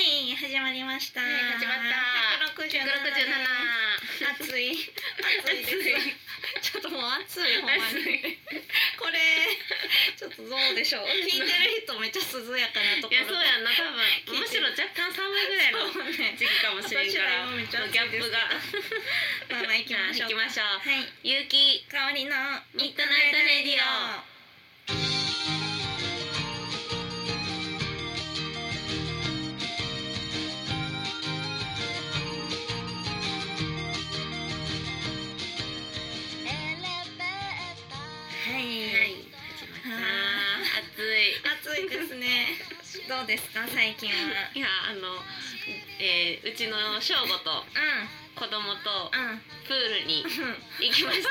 い始まりました。はい始まった167 167暑い。暑いです。ちょっともう暑いほんまに。これちょっとどうでしょう。聞いてる人めっちゃ涼やかなところ。いやそうやんな多分聞いてるむしろ若干寒いぐらいのそうね時期かもしれんから私ら今めっちゃ暑いギャップがまあまあ行きましょうか。行きましょはうい。ゆうき香りのミッドナイトレディオははい始まった暑いい。暑いですね。どうですか最近は。いやあの、えー、うちの正吾とう子供とんうん。プールにイ行きました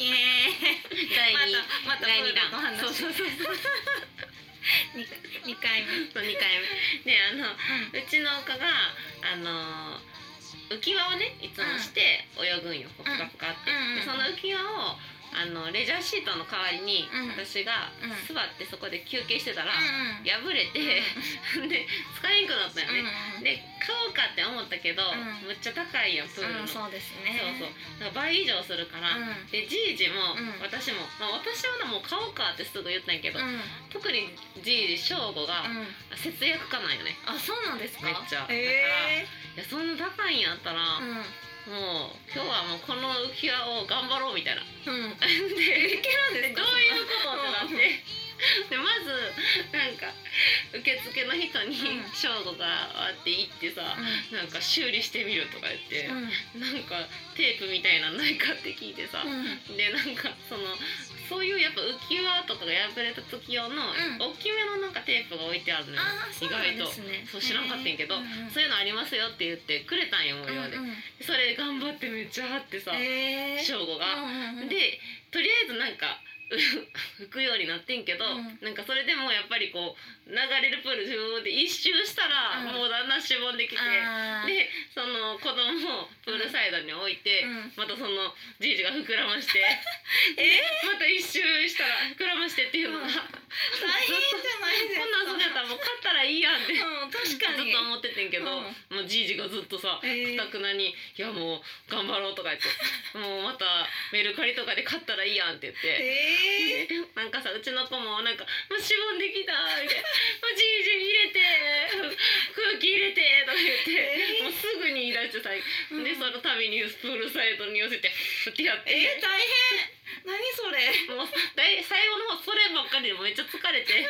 エーイ。第二またまた第二弾プールの話そうそ うそう二二回目。そう二回目であのうん。うちの丘があのー浮き輪をねいつもして泳ぐんよ、ポカポカって、うんうんでその浮き輪をあのレジャーシートの代わりに、うん私がうん座ってそこで休憩してたら、うんうん破れて、で使えんくなったよね、うんで買おうかって思ったけど、うんむっちゃ高いやんプールの、うん、そうそうですね。そうだから倍以上するから、うでじいじも、うん私も、まあ、私はなもう買おうかってすぐ言ったんやけど、ん。うん。特にじいじ正吾が、うん。節約家なんよねあ、そうなんですか。めっちゃえいやそんな高いんやったーら、うん。もう今日はもうこの浮き輪を頑張ろうみ たいな。うん。でいけるんですどか。ういうことってなってでまずなんか受付の人にうん正吾があって行ってさ、なんか修理してみるとか言って、うん。なんかテープみたいなのないかって聞いてさ、うん。でなんかそのそういうやっぱ浮き輪とかが破れた時用のん大きめのなんかテープが置いてあるのよ、あー、そうなんですね。そう知らんかったんやけど、うんうんそういうのありますよって言ってくれたんよ無料で、うんうんそれ頑張ってめっちゃ貼ってさえー。省吾が、うんうんうん、でとりあえずなんか う拭くようになってんけど、うんなんかそれでもうやっぱりこう流れるプール自分で一周したら、うんもうだんだんしぼんできて。あー、でその子供をプールサイドに置いて、うんまたそのじいじが膨らまして また一周したら膨らましてっていうのが、うん大こん変じゃない ですか。なん遊んでたらもう勝ったらいいやんってうん、確かに。ずっと思っててんけど、うんもうじいじがずっとさ、えーかたくなに「いやもう頑張ろう」とか言って「もうまたメルカリとかで買ったらいいやん」って言って。えー。なんかさうちの子もなんか「もうしぼんできた」みたいな「もうじいじ入れて空気入れて」とか言って、えーもうすぐに言い出してさ、うんでその度にプールサイドに寄せてふってやっえー、て、大変。何それ。もうだい最後の方そればっかりでもめっちゃ疲れて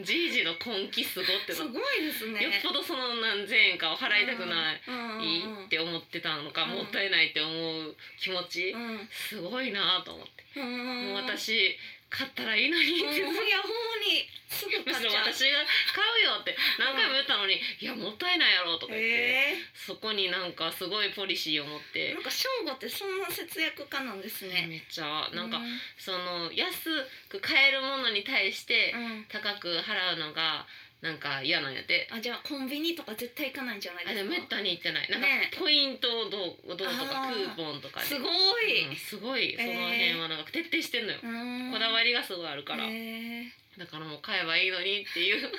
じいじの根気すごってすなってごいですね。よっぽどその何千円かを払いたくない、うん。いいって思ってたのか、うんもったいないって思う気持ち、うん。うんすごいなと思って、うん。もう私買ったらいいのにうん。いって、や、ほんまに。す ぐむし買っろちゃう。私が買うよって何回も言ったのに、いやもったいないやろとか言って、えそこになんかすごいポリシーを持っえてな。んか正吾ってそんな節約家なんですね。めっちゃなんか、うその安く買えるものに対してうん、高く払うのがなんか嫌なんやってあじゃあコンビニとか絶対行かないんじゃないであすか。でもめったに行ってないなんかねポイントをどうどうとかあクーーポンとかですごうんい。すごいその辺はなんか徹底してんのよ、こだわりりがすごいあるから、えだからもう買えばいいのにっていう ず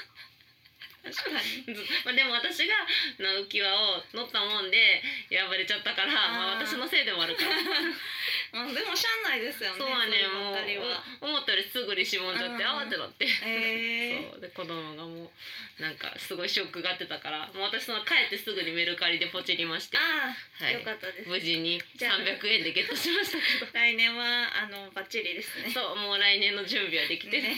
え確かに。まあでも私がな浮き輪を乗ったもんで破れちゃったからまあ、あー私のせいでもあるからまあでもしゃあないですよね。そうはね そのもうばっかりは。お思ったよりすぐにしぼんじゃってうんあーってなって。ええそうで子供がもうなんかすごいショックがあってたからもう私その帰ってすぐにメルカリでポチりまして、ああ、はいよかったです。無事にじゃあ300円でゲットしましたけど来年はあのバッチリですね。そうもう来年の準備はできてる、ね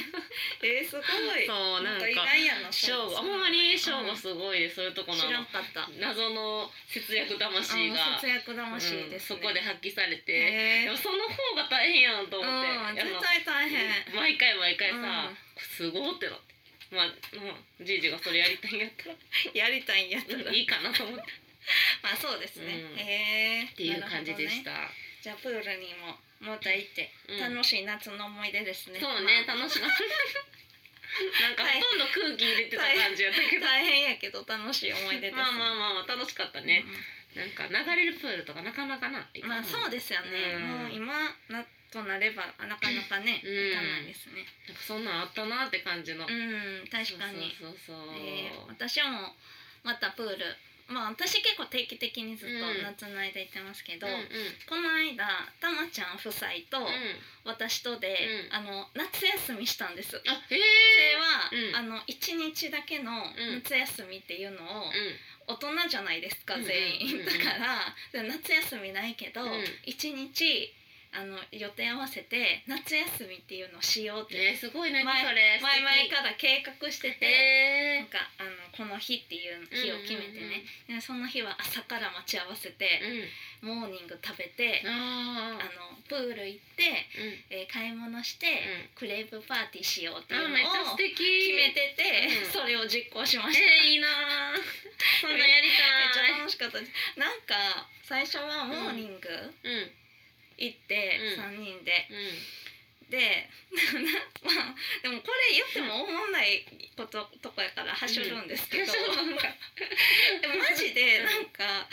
えー、すごい。 そうなんか意外やな。正吾そうほんまに正う吾んすごい、そういうとこ知らんのかった。謎の節約魂あのが節約魂です、ねうんそこで発揮されて、へでもその方が大変やんとう思って、あん、の絶対大変。毎回毎回さ、うんすごってなってまあ、うん、じいじがそれやりたいんやったらやりたいんやったら。うんいいかなと思ってまあそうですね。うんへえっていう感じでしなるほどねた、じゃあプールにもまた行ってうん楽しい夏の思い出ですね。そうね、楽しかった なんかほとんど空気入れてた感じやったけどまあ大変やけど楽しい思い出です。まあまあまあまあ楽しかったね、うなんか流れるプールとかなかなかないん。まあそうですよね。うんもう今なとなればあなかなかね、うんいかないですね。なんかそんなんあったなって感じの、うん、確かに。そうそうそうそう、えー私もまたプール、まあ私結構定期的にずっとうん夏の間行ってますけど、うんうんこの間たまちゃん夫妻とうん私とで、うんあの夏休みしたんです。あへそえれうんは、あの一日だけのん夏休みっていうのを、大人じゃないですかうんうん全員、うんうんだから夏休みないけど、うん一日あの予定合わせて夏休みっていうのをしようっうんてねすごいね前それ前々から計画してらて、へなんかあのこの日っていう日を決めてね、でその日は朝から待ち合わせえて、うんモーニング食べて、ああのあプール行って、うんうんえー買い物して、クレープパーティーしようっていうあのめっちゃを素決敵めてて、うんそれを実行しました。えー、いいなあそんなんやり めっちゃたい楽しかったですなんか最初はモーニングうんうん行ってうん3人で、で まあでもこれ言っても思わないこととこやからはしょるんですけど、うんなんかでもマジでなんか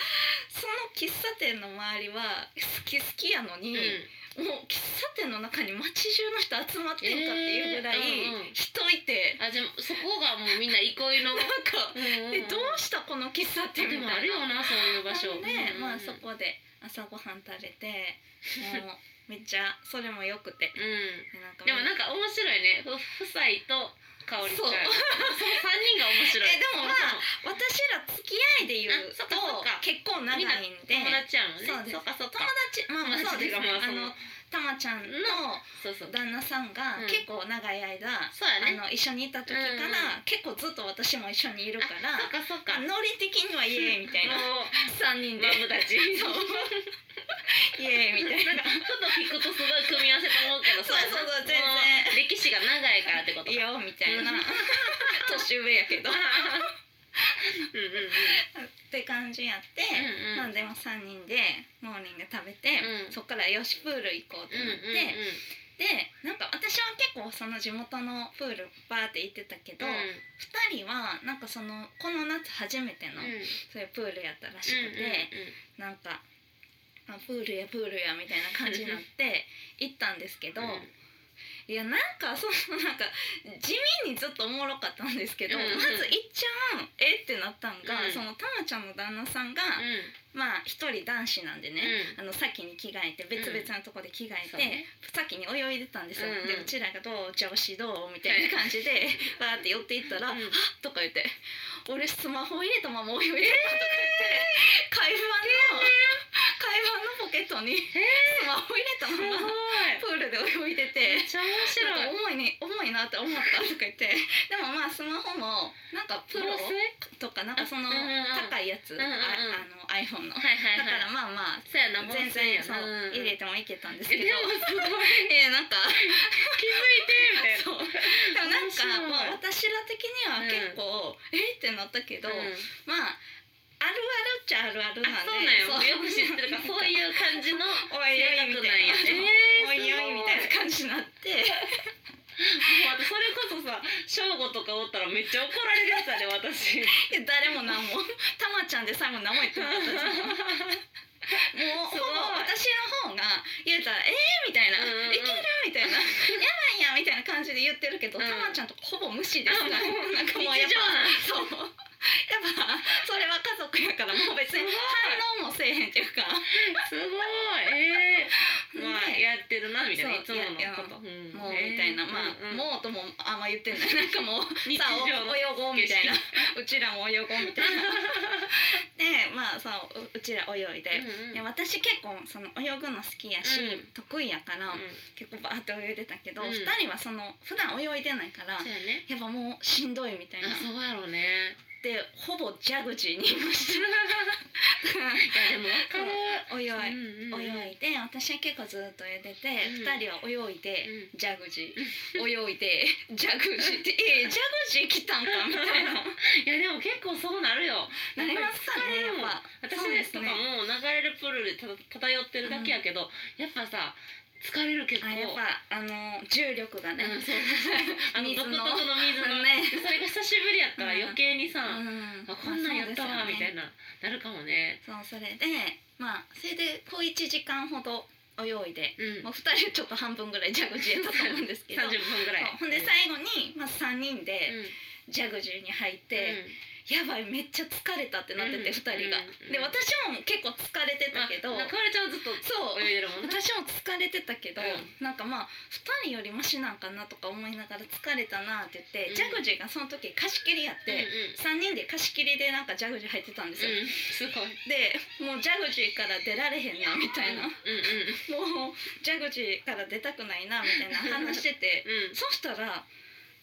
その喫茶店の周りは好き好きやのうに、んもう喫茶店の中に街中の人集まってんかっていうぐらいえーうんうん人いて、あじゃあそこがもうみんな憩いのなんか、 うんえどうしたこの喫茶店みでもあたいるなよ。なそういう場所ほんで、うんまあそこで朝ごはん食べてもうめっちゃそれもよくてうんなんかでもなんかか面白いねふ夫妻と香りちゃんそそうう三人が面白いえでもまあ私ら付き合いで言うあとそっかそっか結構長いんで友達やもんねそうですそうかそう友か達まあまあそうです、友達っていうかまああそののたまちゃんのそうそう旦那さんがうん結構長い間、そうやねあの一緒にいた時から、うん結構ずっと私も一緒にいるからそうかそうかまあノリ的にはイエーイみた いなもう3人でマブたちそうイエーイみたいなん なかちょっと聞くとすごい組み合わせと思うけどそうそうそう全然もう歴史が長いからってこといいかよみたいなうん 年上やけどあっーうんうんうんて感じやって、うんうんまあでも3人でモーニング食べて、うんそっからよしプール行こうってうんなうって、んうんでなんか私は結構その地元のプールバーって行ってたけど、うん2人はなんかそのこの夏初めての、うんそういうプールやったらしくて、なんか。あプールやプールやみたいな感じになっ て行ったんですけど、うんうんうんいやなんかそのなんか地味にずっとおもろかったんですけど、うんうんまずいっちゃんえってなったんが、うんそのたまちゃんの旦那さんが、まあ一人男子なんでね、あの先に着替えて別々のとこで着替えて、そうね先に泳いでたんですよ、うんうんでうちらが「どう調子どう?」みたいな感じでバーって寄っていったら「うんあとか言って「俺スマホ入れたまま泳いでた」とか言って、海岸の海岸のポケットにスマホ入れたす ごいままプールで泳いでて。めっちゃ面白なんいか重いね重いなって思ったとか言ってでもまあスマホもなんかプロとかなんかそのうんうんうん高いやつ、うんうんうんああの iPhone の、はいはいだはいからまあまあそうやなもう全そうや然なそううん入れてもいけたんですけえど、でもすごい えなんか気づいてみたいなそうでもなんか面白いまあ私ら的には結構、えってなったけど、うんまああるあるっちゃあるあるあなんそうでなんやよく知っ てるからそうういう感じのおいおいみ性格たなんいやな、えーおいおいみたいな感じになって。もうそれこそさ正吾とかおったらめっちゃ怒られるやつだ ね私いや誰も何もたまちゃんで最後名前言ってなかったですもうすほぼごい私の方が言うたら「えー!」みたいなうん「いうんける!」みたいな「やばいやん」みたいな感じで言ってるけど、うんたまちゃんとほぼ無視ですから、あもうなんかもうやっ日常ぱなんそうやっぱそれは家族やからもう別にすごい反応もせえへんっていうかすごいえー、まあねやってるなみたいなそういつものこと「もう」みたいな、まあ「うもう」ともあんま言ってないなんかもう「日さあお常の泳ごう」みたいな「うちらも泳ごう」みたい な。でまあさううちら泳いで。うんうんで私結構その泳ぐの好きやし、うん得意やから、うん結構バーって泳いでたけど、うん二人はその普段泳いでないから、そうやねやっぱもうしんどいみたいなあそうやろうねでほぼジャグジーにいまし いやでもわかるた泳い、うんうん泳いで私は結構ずっと泳いでて、うん二人は泳いで、うんジャグジー泳いでジャグジー って「えジャグジー来たんか」みたいないやでも結構そうなるよなりますかねやっぱ。私ですとかも流れるプールでた漂ってるだけやけど、やっぱさ疲れる 結構あやっぱあの重力がね、うんそうあの水独特のの水のねそれが久しぶりやったら余計にさ、うんあこんなんやったまあわそうでみすよねたいな、なるかもねそうそれでまあそれで小1時間ほどお用意で、うんまあ、2人ちょっと半分ぐらいジャグジーやったと思うんです けど30分ぐらいそうほんで最後に、まあ、3人でジャグジーに入って、やばいめっちゃ疲れたってなってて、うん2人が、うんで私も結構疲れてたけど、まあ、中村ちゃんはずっとそう泳いでるもんな私も疲れてたけど、うなんかまあ2人よりマシなんかなとか思いながら疲れたなって言って、うんジャグジーがその時貸し切りやっうんうんて、3人で貸し切りでなんかジャグジー入ってたんですよ、うんすごいでもうジャグジーから出られへんなみたいな、うんうんもうジャグジーから出たくないなみたいな話しててうんそしたら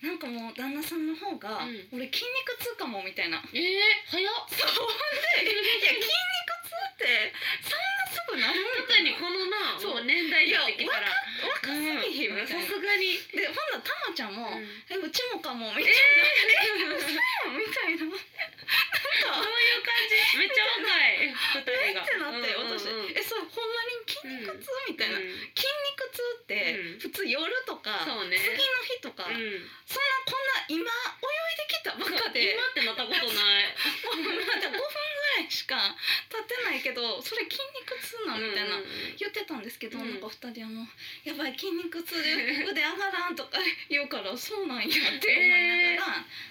なんかもう旦那さんの方がうん「俺筋肉痛かも」みたいな。えー、早っそうほんで「いや筋肉痛ってそんなすぐなる本ん当だによこのなそうもう年代になってきたら若すぎひん」うんみたさいな。すがにでほんならたまちゃんもうん「えうちもかも」みたいな「みたいな。どうなんかいう感じめっちゃ若い え二人がってなってうんうんうん私「えそうほんまに筋肉痛?」みたいな。うん筋肉痛ってうん普通夜とかそうね次の日とかうんそんなこんな今泳いできたばっか で今ってなったことないもうまだ5分ぐらいしか経ってないけどそれ筋肉痛なみたいな、うんうんうん言ってたんですけど、うんなんか2人はもう「やばい筋肉痛で腕上がらん」とか言うから「そうなんや」って思いながら、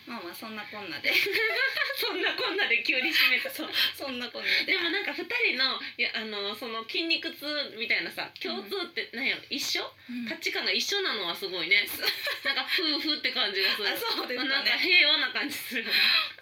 まあまあそんなこんなで そんなこんなで急に締めたそうそんなこんなでで。もなんか二人のいやあのその筋肉痛みたいなさ共通ってなんやろ一緒うん価値観が一緒なのはすごいねなんか夫婦って感じがするあそうですなかんかね。平和な感じする、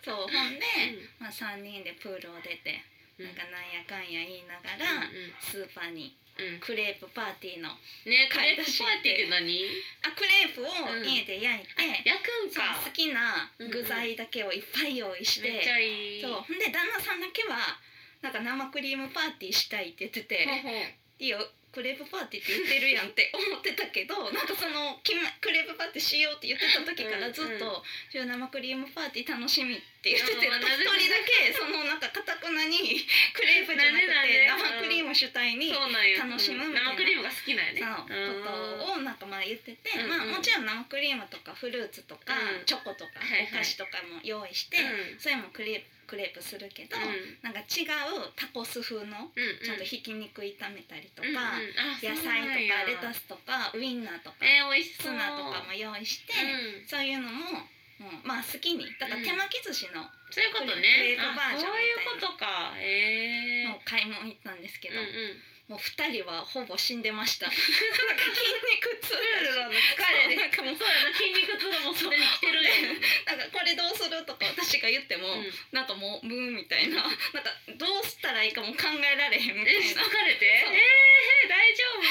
そうほんで、うまあ、3人でプールを出て、ん、なんかなんやかんや言いながうんら、うんスーパーにうんクレープパーティーのあねカレーパーティーって何クレープを家で焼いて、焼くんそうか好きな具材だけをいっぱい用意して、めっちゃいいそうほんで旦那さんだけはなんか生クリームパーティーしたいって言っててほうほ「ういいよクレープパーティーって言ってるやん」って思ってたけどなんかそのきまクレープパーティーしようって言ってた時からずっうんうと「じゃあ生クリームパーティー楽しみ」って言っててあなーんかな一るほど人だけそのなんかかたくなにクレープじゃなくなんでてなんで生クリーム主体に。そうなんや楽しむみたいな生クリームが好きなんやねそうこうんとをなんかまあ言ってて、うんまあ、もちろん生クリームとかフルーツとか、うんチョコとか、はいはいお菓子とかも用意して、うんそれもクレープクレープするけど、うんなんか違うタコス風のうんうんちゃんとひき肉炒めたりとか、うんうんあ野そうな菜んとやかレタスとかウインナーとか、えー、美味しツそうナとかも用意して、うんそういうのももうまあ好きにだから手巻き寿司のそういうことねクレープバージョンみたいなあそういうことかえの買い物行ったんですけー、ど、うんうんもう2人はほぼ死んでま したなんか筋肉痛そうの疲れでなんかもうそうやな筋肉痛がもうすでに来てるやん、なんかこれどうするとか私が言っても、うん、なんかもうムーみたいななん かどうしたらいいかも考えられへんみたえい疲なれてそうえー、大丈夫み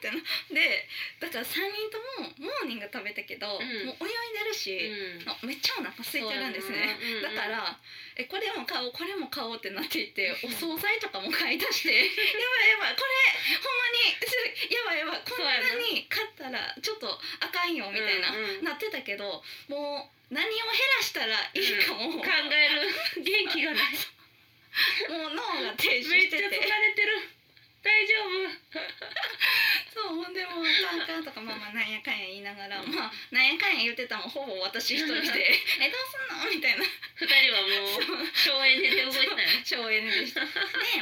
たいなでだから3人ともモーニング食べたけど、んもう泳いでるし、うんあめっちゃお腹空いてるんですね、そうやなうんうんだからえこれも買おうこれも買おうってなっていてお惣菜とかも買い出してや ばいやばいこれほんまにやばいやばいこんなに買ったらちょっとあかんよみたいな、うんうんなってたけどもう何を減らしたらいいかも、もう考える元気が ない脳が停めっ止ちしてゃ疲れて。てる大丈夫そうほんでもうカンカンとかまあまあなんやかんや言いながらまあなんやかんや言ってたもんほぼ私一人で「えどうすんの?」みたいな二人はもう省エネで動いてない省エネでしたで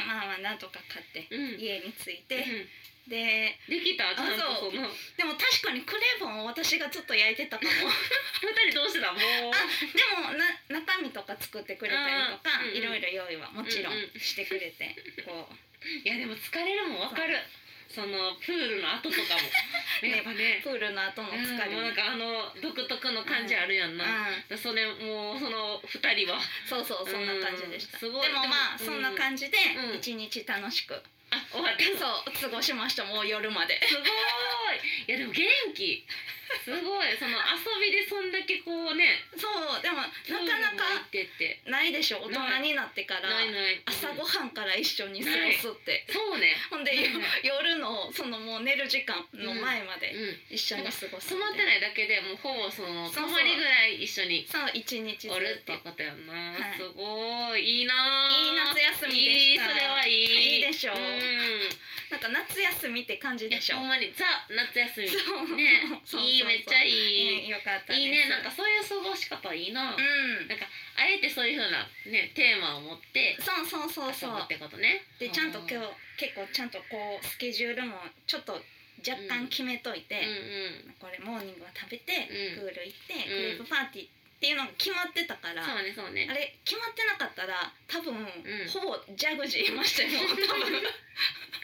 まあまあなんとか買ってうん家に着いうてんでできたちゃんあそとうそのでも確かにクレーボンを私がちょっと焼いてたかも二人どうしてたもうでもな中身とか作ってくれたりとあかーうんうんいろいろ用意はもちろんうんうんしてくれてこいやでも疲れるもんわかるそのプールの後とかも ねやっぱうねプールの後のうん疲れもうなんもかあの独特の感じあるやんうな、んそれもうその二人はそうそうそんな感じでしたですうんもごいまあでそもんな感じでうん一日楽しくあ終わったすそう過ごしましたもう夜までごいいやでも元気すごいその遊びでそんだけこうね そうでもなプールもかな行かってってないでしょ大人になってからないない朝ごうんはんから一緒に過ごすってそうねほんでないよ夜のそのもう寝る時間の前までうん一緒に過ごす染まっていないだけでもうほぼそのそうそう泊まりぐらい一緒にそう一日ずっおるってということやんな、はいすごいいいなーいい夏休みでいいしたそれはいいいいでしょううんなんか夏休みって感じいやでしょほんまにザ夏休 そうみ ねそうそうそういいめっちゃいいえーよかったですいいねなんかそういう過ごし方いいな、うんなんかあええてそういうふうなねテーマを持ってそうそうそう遊そうぶってことねでちゃんと今日う結構ちゃんとこうスケジュールもちょっと若干決めといて、んうんこれモーニングは食べて、うんプール行って、うグんループパーティーっていうのが決まってたから、そうねそうねあれ決まってなかったら多分、ほぼジャグジーいま したよ多分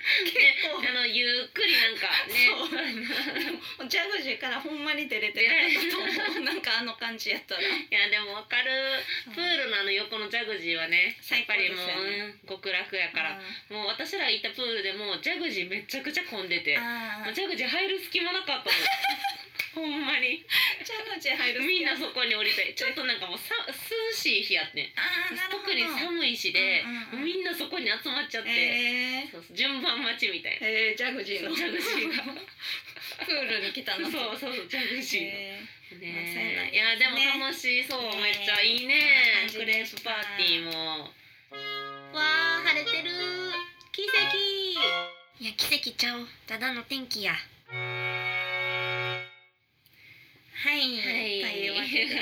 結構あのゆっくりなんかそう ねジャグジーからほんまに出れてなかったと思うなんかあの感じやったら いやでもわかるプルールのあの横のジャグジーはねやっぱりもう、最高ですようん極楽やからもう私ら行ったプールでもうジャグジーめちゃくちゃ混んでてあもーうジャグジー入る隙間なかった もんほんまにジャグジー入るみんなそこに降 りたりちょっとなんかもうさ涼しい日やってんあーなるほど特に寒いしでうんうんうんみんなそこに集まっちゃって、えそうそう順番待ちみたいーなえージャグジーのジャグジーがプールに来たのそうそうそうジャグジーの、えーまあそうやなねんいやでもね楽しそう、ねめっちゃいいねこクんな感レじーでプしたパーティーもわあ晴れてる奇跡いや奇跡ちゃうただの天気やはい、はいというわけで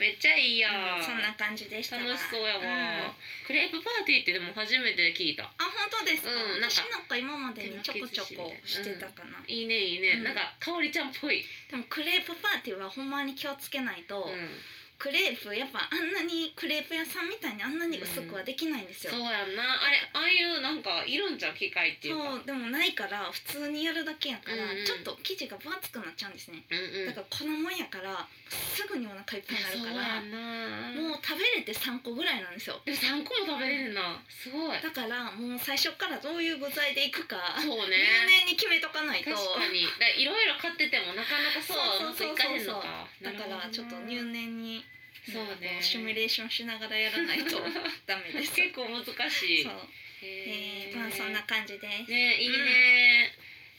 めっちゃいいやうんそんな感じでしたわ楽しそうやわ、んあクレープパーティーってでも初めて聞いた本当ですか,、うんなんか私なんか今までにちょこちょこしてたかな、いいねいいね、うんなんかかおりちゃんっぽい、でもクレープパーティーはほんまに気をつけないと、うんクレープやっぱあんなにクレープ屋さんみたいにあんなに薄くはできないんですよ、そうやんなあれああいうなんかいるんじゃん機械っていうかそうでもないから普通にやるだけやから、うんうんちょっと生地が分厚くなっちゃうんですね、うんうんだからこのもんやからすぐにお腹いっぱいになるからそうやんなもう食べれて3個ぐらいなんですよでも3個も食べれるなすごいだからもう最初からどういう具材でいくかそう入ね念に決めとかないと確かにだいろいろ買っててもなかなかそうはうまくいかへんのかだからちょっと入念念にそうねシミュレーションしながらやらない とダメです結構難しいそう、えー、まあそんな感じです、ねいいね、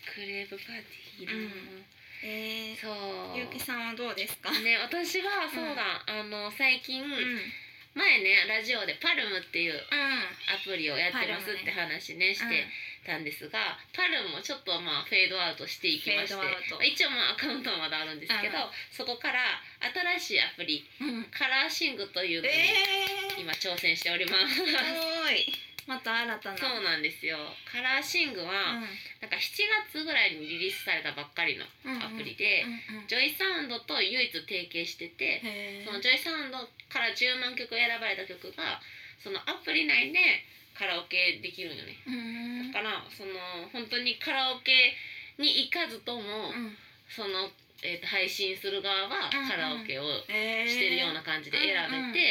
クレープパーティーいいな、うんえー、そうゆうきさんはどうですか、ね私はそうだ、あの最近、うんうん前ねラジオでパルムっていうアプリをやってますって話ねしうんてたんですが、パルムもちょっとまあフェードアウトしていきましてフェードアウト一応まあアカウントはまだあるんですけど、うんそこから新しいアプリうんカラーシングというのにえー、今挑戦しておりますす。ごいまた新たなそうなんですよカラーシングは、なんか7月ぐらいにリリースされたばっかりのうんうんアプリで、うんうんジョイサウンドと唯一提携してて、へーそのジョイサウンドから10万曲選ばれた曲がそのアプリ内でカラオケできるんよねうーんだからその本当にカラオケに行かずとも、うんその、えーと配信する側はうんうんカラオケをえーしてるような感じで選べて、うんうんで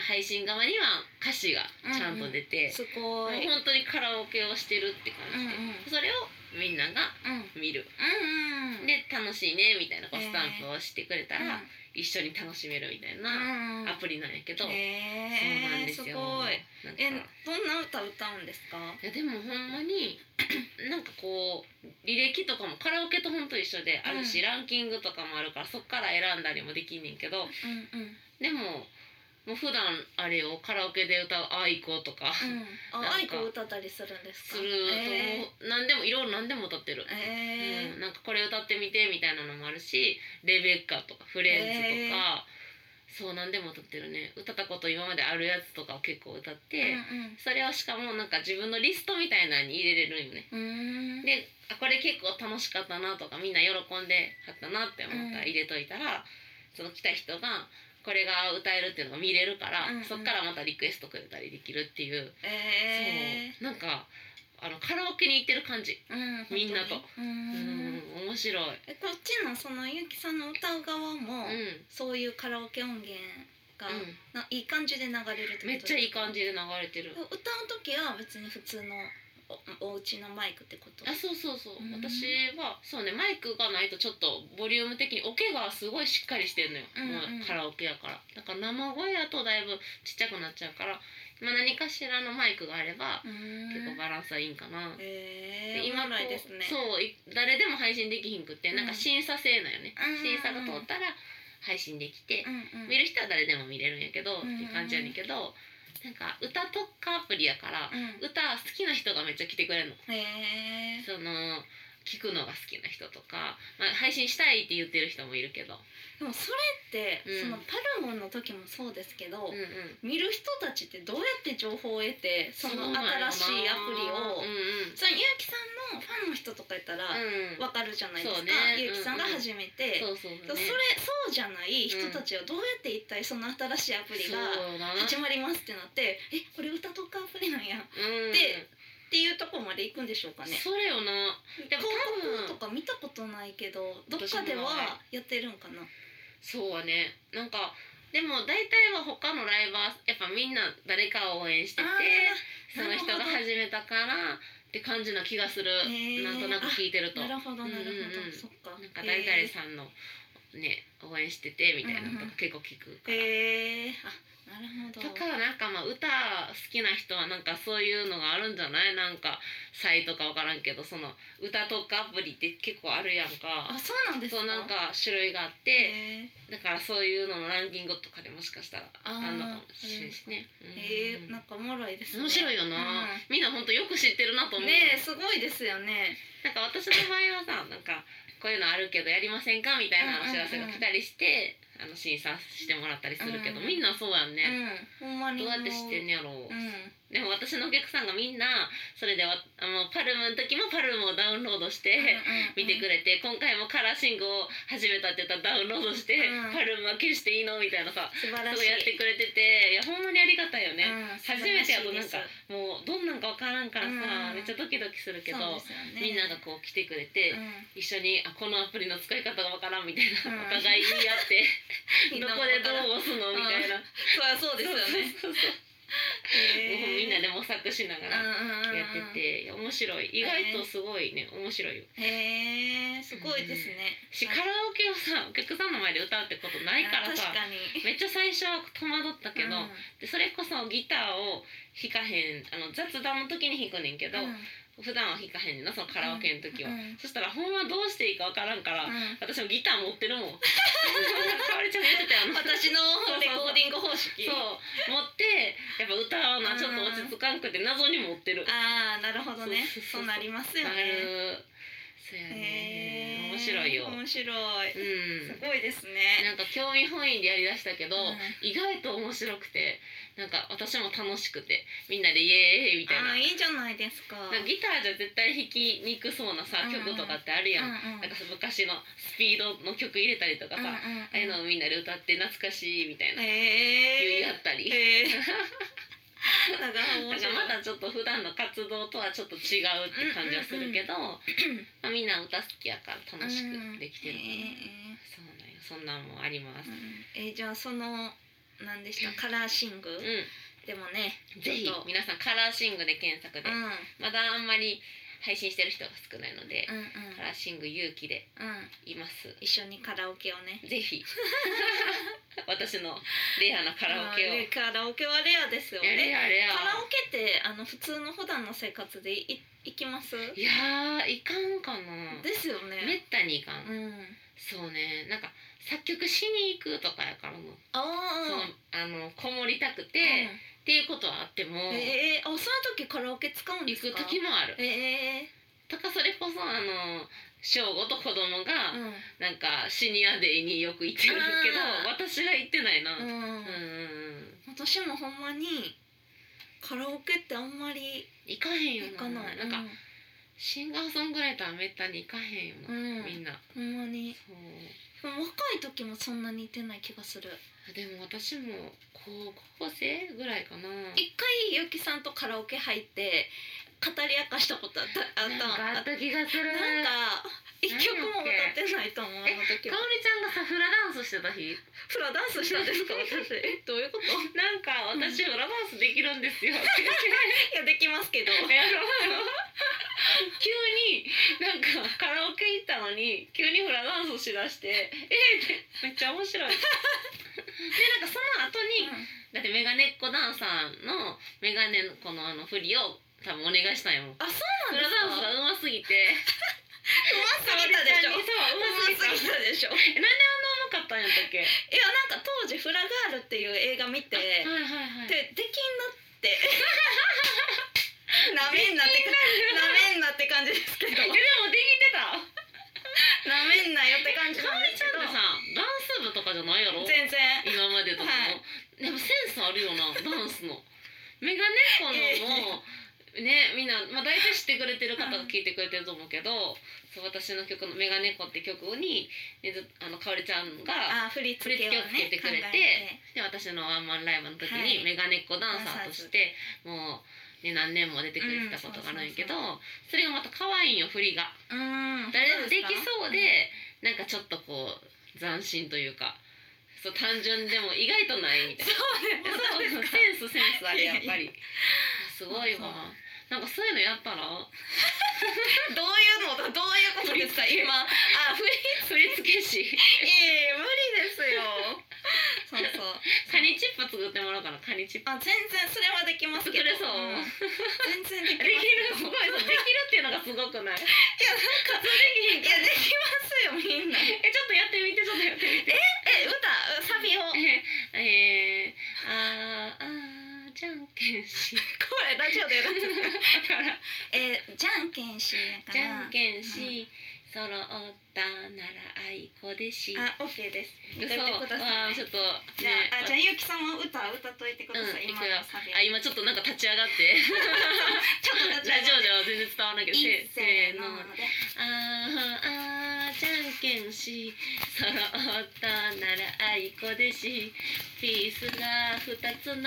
配信側には歌詞がちゃんと出て、すごい。もう本当にカラオケをしてるって感じで、うんうんそれをみんながうんうん見る、うん。で楽しいねみたいなこうえースタンプをしてくれたうんら、一緒に楽しめるみたいなうんアプリなんやけど、そうえー、なんですすごいよ。なんかえ、どんな歌歌うんですか？いやでもほんまに なんかこう履歴とかもカラオケとほんと一緒であるうし、んランキングとかもあるからそっから選んだりもできんねんけうどんうん。でももう普段あれをカラオケで歌う「愛子」とか、うん。なんあ、か愛子歌ったりするんですすか？ると思う、え何でもいろいろ何でも歌ってるー、、えうーん、なんかこれ歌ってみてみたいなのもあるし「レベッカ」とか「フレンズ」とか、そう何でも歌ってるね歌ったこと今まであるやつとかを結構歌って、それをしかもなんか自分のリストみたいなのに入れれるんよね。うんうん。うーん。であこれ結構楽しかったなとかみんな喜んではったなって思ったらうん入れといたら、その来た人がこれが歌えるっていうのが見れるから、うんうんそっからまたリクエストくれたりできるっていう、えそうなんかあのカラオケに行ってる感じ、ー、うん。みんなと本当に。うん。うん面白い、え、こっちのそのゆうきさんの歌う側も、うんそういうカラオケ音源が、うないい感じで流れるってことですかん、めっちゃいい感じで流れてる歌う時は別に普通のおお家のマイクってことあそうそうそう、うん私はそうねマイクがないとちょっとボリューム的にオケがすごいしっかりしてるのよ、うんうんもうカラオケやからだから生声だとだいぶちっちゃくなっちゃうから、まあ、何かしらのマイクがあれば結構結バランスはいいんかな、えー、今今こなういですねそうい誰でも配信できひんくって、なんかうん審査制なんよね、うんうんうん審査が通ったら配信できて、うんうん、見る人は誰でも見れるんやけど、んうんっていう感じやねんけどなんか歌特化アプリやから、うん歌好きな人がめっちゃ来てくれるの。へえその聞くのが好きな人とか、まあ、配信したいって言ってる人もいるけど、でもそれって、うそんのパルモンの時もそうですけど、うんうん、見る人たちってどうやって情報を得てその新しいアプリをうんそれゆうきさんのファンの人とかやったらうん、うん、わかるじゃないですか、そうねゆうきさんが始めて、そうそうそれねそうじゃない人たちはどうやって一体その新しいアプリがそうだな始まりますってなって「えこれ歌とかアプリなんや」っうんでていうところまで行くんでしょうかね。それよなで広も告と多分か見たことないけどどっかではやってるんかな。そうはねなんかでも大体は他のライバーやっぱみんな誰かを応援しててあその人が始めたからって感じな気がするへーなんとなく聞いてるーとななんるほどなるうんうんほうんどそっか。か誰々さんのね応援しててみたいなのとうんうかん結構聞くから。へえー、あなるほど。だからなんかまあ歌好きな人はなんかそういうのがあるんじゃないなんかサイトか分からんけどその歌とかアプリって結構あるやんあかそうなんですそうなんか種類があっへてえだからそういうののランキングとかでもしかしたらあーあるのかもしれんしね。うんえー、なんかおもろいです、面白いよな、うんみんなほんとよく知ってるなと思う、ねえすごいですよね。なんか私の場合はさなんかこういうのあるけどやりませんかみたいなお知らせが来たりして、あの審査してもらったりするけど、うんみんなそうやんね、うんほんまにどうもやって知ってんねやろう、うん。でも私のお客さんがみんなそれでわあのパルムの時もパルムをダウンロードして、見てくれ。れて今回もカラーシングを始めたって言ったらダウンロードして、うんパルムは消していいのみたいなさ素晴すらごしいい。やってくれてていやほんまにありがたいよね、うん初めてやとなん素晴からしもうどんなんかわからんからさ、うんめっちゃドキドキするいでけすど、そうですよねみんながこう来てくれて、う一緒にあこのアプリの使い方がわからんみたいな、うんお互い言い合って んどこでどう。う押すのみたいな、そうそうですよね。そうそうそうもうみんなでで模索しながらやって。て、いや面白い意外とすごいね面白いよへえー、すごいですね。しカラオケをさお客さんの前で歌うってことないから確さかに。めっちゃ最初は戸惑ったけど、うんでそれこそギターを弾かへんあの雑談の時に弾くねんけど、うん普段は弾かへんねんなそのカラオケの時は、うんそしたらほんまどうしていいかわからんから、うん私もギター持ってるもん かおりちゃんが言ってたよな私のレコーディング方式。そう持ってやっぱ歌うのはちょっと落ち着かんくて謎に持ってるああ、なるほどねそうそそう。そううなりますよなね。るそうやね、へー面白いよ、うん、面白い。すなごいですね。んか興味本位でやりだしたけど、うん意外と面白くてなんか私も楽しくてみんなでイエーイみたいあなあいいじゃないですか。なんかギターじゃ絶対弾きにくそうなさ、うん曲とかってあるやん、うんうんなんか昔のスピードの曲入れたりとかさ、ああいうのをみんなで歌って懐かしいみたいな、言えい合ったり、え なんかな面んか白い。まだちょっと普段の活動とはちょっと違うって感じはするけど、まあみんな歌好きやから楽しくできてるかうんな、えそうなんよそんなんもありまえす、うんえーじゃあその何でしたカラーシングうんでもね。ぜひちょっと皆さんカラーシングで検索で、うんうんまだあんまり配信してる人が少ないので、うんカラーシング勇気でうん。います一緒にカラオケをね。ぜひ 私のレアなカラオケをうんカラオケはレアですよやれね。やれやカラオケってあの普通の普段の生活でい行きます？いやーいかんかなですよめっね。たにいかん、うん。そうねなんか作曲しに行くとかやからもうあそうあ。あのこもりたくて、っえていうことはあっても、えー、あその時カラオケ使うんで行すか？く時もある。ええとかそれこそあの正午と子供が、うん。なんかシニアデイによく行ってるけどあー私が行ってないな。うん、ううん、んうん私もほんまにカラオケってあんまり行かへんよ行かないなんか、シンガーソングライターめったに行かへんようん、な、うんみんな。ほんまにそう若い時もそんなに行ってない気がするでも私も高校生ぐらいかな。一回ゆきさんとカラオケ入って語り明かしたことあったあったわなんかあっ。た気がする。なんか一曲も歌ってないと思うあの時かはおりちゃんがさフラダンスしてた日フラダンスしたん ですか私えどういうこといなんか私フラダンスできるんです よって言ってやできますけどやろうや ろう急になんかカラオケ行ったのに急にフラダンスしだしてえーってめっちゃ面白いでなんかその後にだってメガネっ子ダンサーのメガネのこのあの振りを多分お願いしたんやもんあそうなんでフラすダンスかうがうますぎてますぎたでしょそうううますぎまたすぎたでしょいえなんであんなうまかったんやったっけやなんか当時フラガールっていう映画見てはいはいはい で出禁だって なめんなってなめんなって感じですけどえでもできてたって感じかなんおでりすちゃけどんってさダンス部とかじゃないやろ全然今までとかも、はいでもセンスあるよなダンスのメガネっ子のもねみんな、まあ、大体知ってくれてる方が聞いてくれてると思うけど、そう私の曲の「メガネっ子」って曲に、ね、ずあのかおりちゃんがあ振り付けをね振り付けをつけてくれ考えてで私のワンマンライブの時はいにメガネっ子ダンサーとして、もう、ね、何年も出てくれてたことがあるんやけど、うんそれがまた可愛いんよ振りが。うん誰でもでどきそすかうでなんかちょっとこう斬新というかそう単純でも意外とないみたいなそうですそそううですセかンスセンスあれやっぱり すごいわなんかそういうのやったら どういうのだどういうことですか今あ振り振り付け師ええ無理ですよそうそうカニチップ作ってもらおうかなカニチップあ全然それはできますけど作れそうん全然できできまするすごいそうできるっていうのがすごくないいやできますよみんなえちょっとやってみてちょっとやってみてえ歌サビをこええあーあーじゃんけんしれラジオでやるんですかだから えーじゃんけんしやからじゃんけんし、揃ったならあいこでし。あオッケーです嘘歌ってくださあいーちょっと、じゃあ、あじゃあね。ゆうきさんも歌歌っといてください、うん今のサビあ、今ちょっとなんか立ち上がって、ちょっと立ち ラジ上がオでは全然伝わらないけど、いせいせーのせーのであーあーじゃんけんし揃ったならあいこでしピースが二つ並ん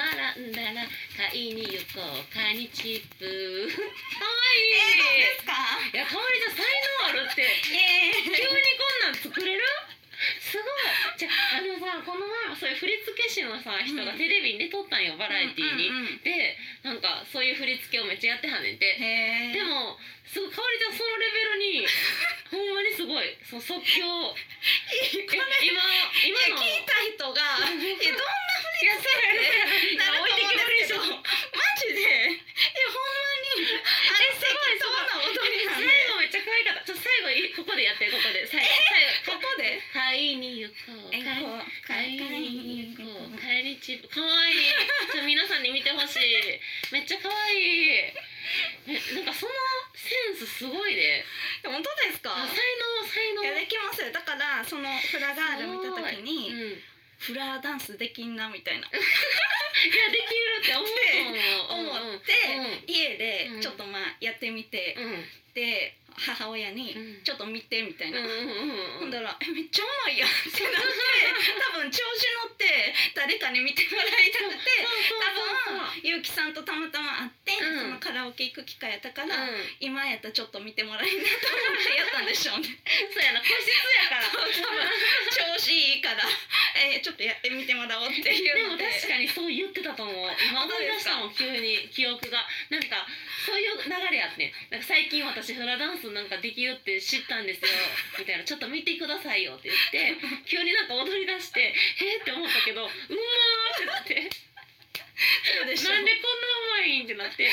だら買いに行こうカニチップかわえいい、ー、どうですかいやかわりちゃん才能あるってえ急にこんなん作れるすごいじゃあのさこの前もそういう振付師のさ人がうんテレビに出とったんよババラエティーに、うんうんうんでなんかそういう振り付けをめっちゃやってはんねんて、へーでもすごいかおりちゃんそのレベルにほんまにすごいその即興いいえこれ今い今やの聞いた人が「えどんやそうやねな置いてきぼりでしょマジでいやほんまにあれすごいそうな踊りなん最で後めっちゃ可愛かったちょっと最後いここでやってここで最後最こ後こで買いに行こう買いに帰りに行こう帰りチップかわいいちょ皆さんに見てほしいめっちゃかわいいえなんかそのセンスすごいね本当ですか才能才能いやできますよだからそのフラガール見た時うん、いにフラダンスできんなみたいなやできるって思うと思っ思ううんて家でうんちょっとまあやってみてうんで母親にうん「ちょっと見て」みたいなうんほうんうんうんんだら「えめっちゃうまいやん」ってなって多分調子乗って誰かに見てもらいたくて多分ゆうきさんとたまたま会って、うんそのカラオケ行く機会やったかうん、ら、今やったらちょっと見てもらえんなと思ってやったんでしょうねそうやな個室やから多分調子いいから、えーちょっとやってみてもらおうっていでうもので確かにそう言ってたと思う今思い出したもん急に記憶がなんかそういう流れやってんなんか最近私フラダンスなんかできるって知ったんですよみたいなちょっと見てくださいよって言って急になんか踊り出してえー、って思ったけどうまーってなってそうでしょなんでこんなうまいんってなって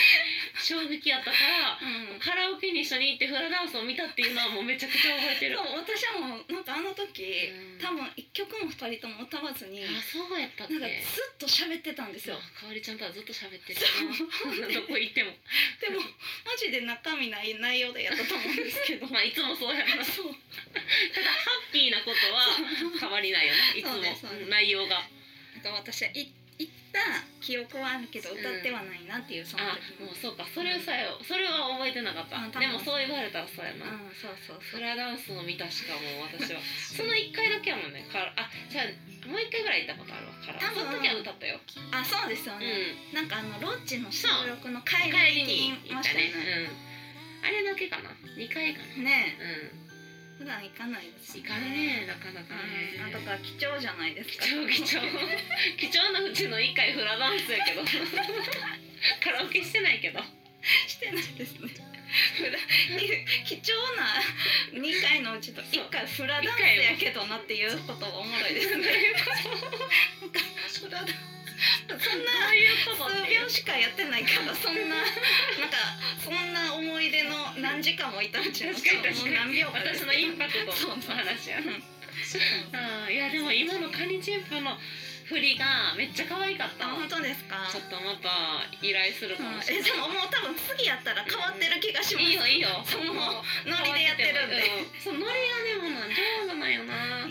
衝撃やったからうんカラオケに一緒に行ってフラダンスを見たっていうのはもうめちゃくちゃ覚えてでるも私はもうなんかあの時、うん多分一曲も二人とも歌わずに、あそうやったっけなんかずっと喋ってたんですそうよかおりちゃんとはずっと喋ってるそうなどこ行ってもでもマジで中身ない内容でやったと思うんですけどまあいつもそうやろなそうただハッピーなことは変わりないよないつそうですそもうです内容がなんか私はい行った記憶はあるけど歌ってはないなっていう、そのあ時もうそうかそれさえそれは覚えてなかったうん多分でもそう言われたらそうやうなんそうそうそフうラダンスを見たしかもう私はその1回だけやもんねからあじゃあもう1回ぐらい行ったことあるわから多そ分の時は歌ったよあそうですようんね、なんかあのロッチの収録の帰帰りりにに行行きましったたねねうんあれだけかな2回かなねうえん普段行かないです行かねえなかなかねうん、あとから貴重じゃないですか貴重貴重貴重なうちの1回フラダンスやけ どカラオケしてないけどしてないですねフラ貴重な2回のうちと1回フラダンスやけどなっていうことがおもろいですねフラダンスそんなそういうことっ数ていう秒しかやってないからそんななんかそんな思い出の何時間もいたうちの確かに確かにもう何秒かです私のインパクトのそうそう話やうんあーいやでも今のカニチンプのフ振りがめっちゃ可愛かったあ本当ですかちょっとまた依頼するかうんもしえでれなももう多分次やったら変わってる気がしまい、す、いいよいいよそのもうノリでやってるんで、うんそうノリがねもうなん上手なん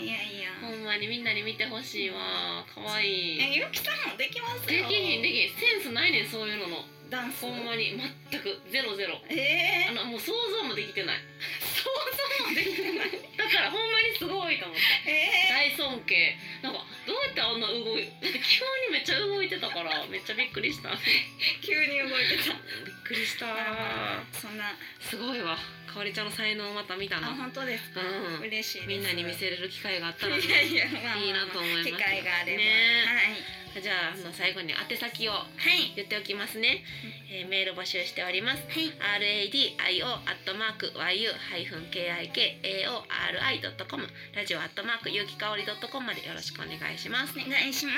よないやいやほんまにみんなに見てほしいわ可愛いえゆうきさんもできますでよきひんできひんセンスないねんそういうののダンスほんまに全くゼロゼロえー、あのもう想像もできてない想像もできてないだからほんまにすごいと思ってえ大尊敬なんかどうやってあんな動いて急にめっちゃ動いてたからめっちゃびっくりしたびっー、急に動いてたくりしたそんなすごいわかおりちゃんの才能をまた見たあ本な当ですか、うん嬉しいですみんなに見せれる機会があったらいねやいやまあまあまあいいなと思い機ます会があれば、ねじゃああの最後に宛先はをいはい言っておきますね、えーメール募集しておりますはい radio アットマーク yu-kikaori.com ラジオアットマーク有機香り .com までよろしくお願いしますお願いしま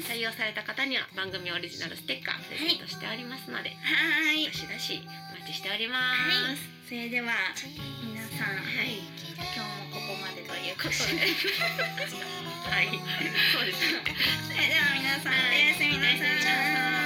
す採用された方には番組オリジナルステッカープレゼントしておりますので、はいどしどしお待ちしております、それでは皆さん、い今日もここまでということで はい、そうですねそれでは皆さんおやすみなさおやすみなさい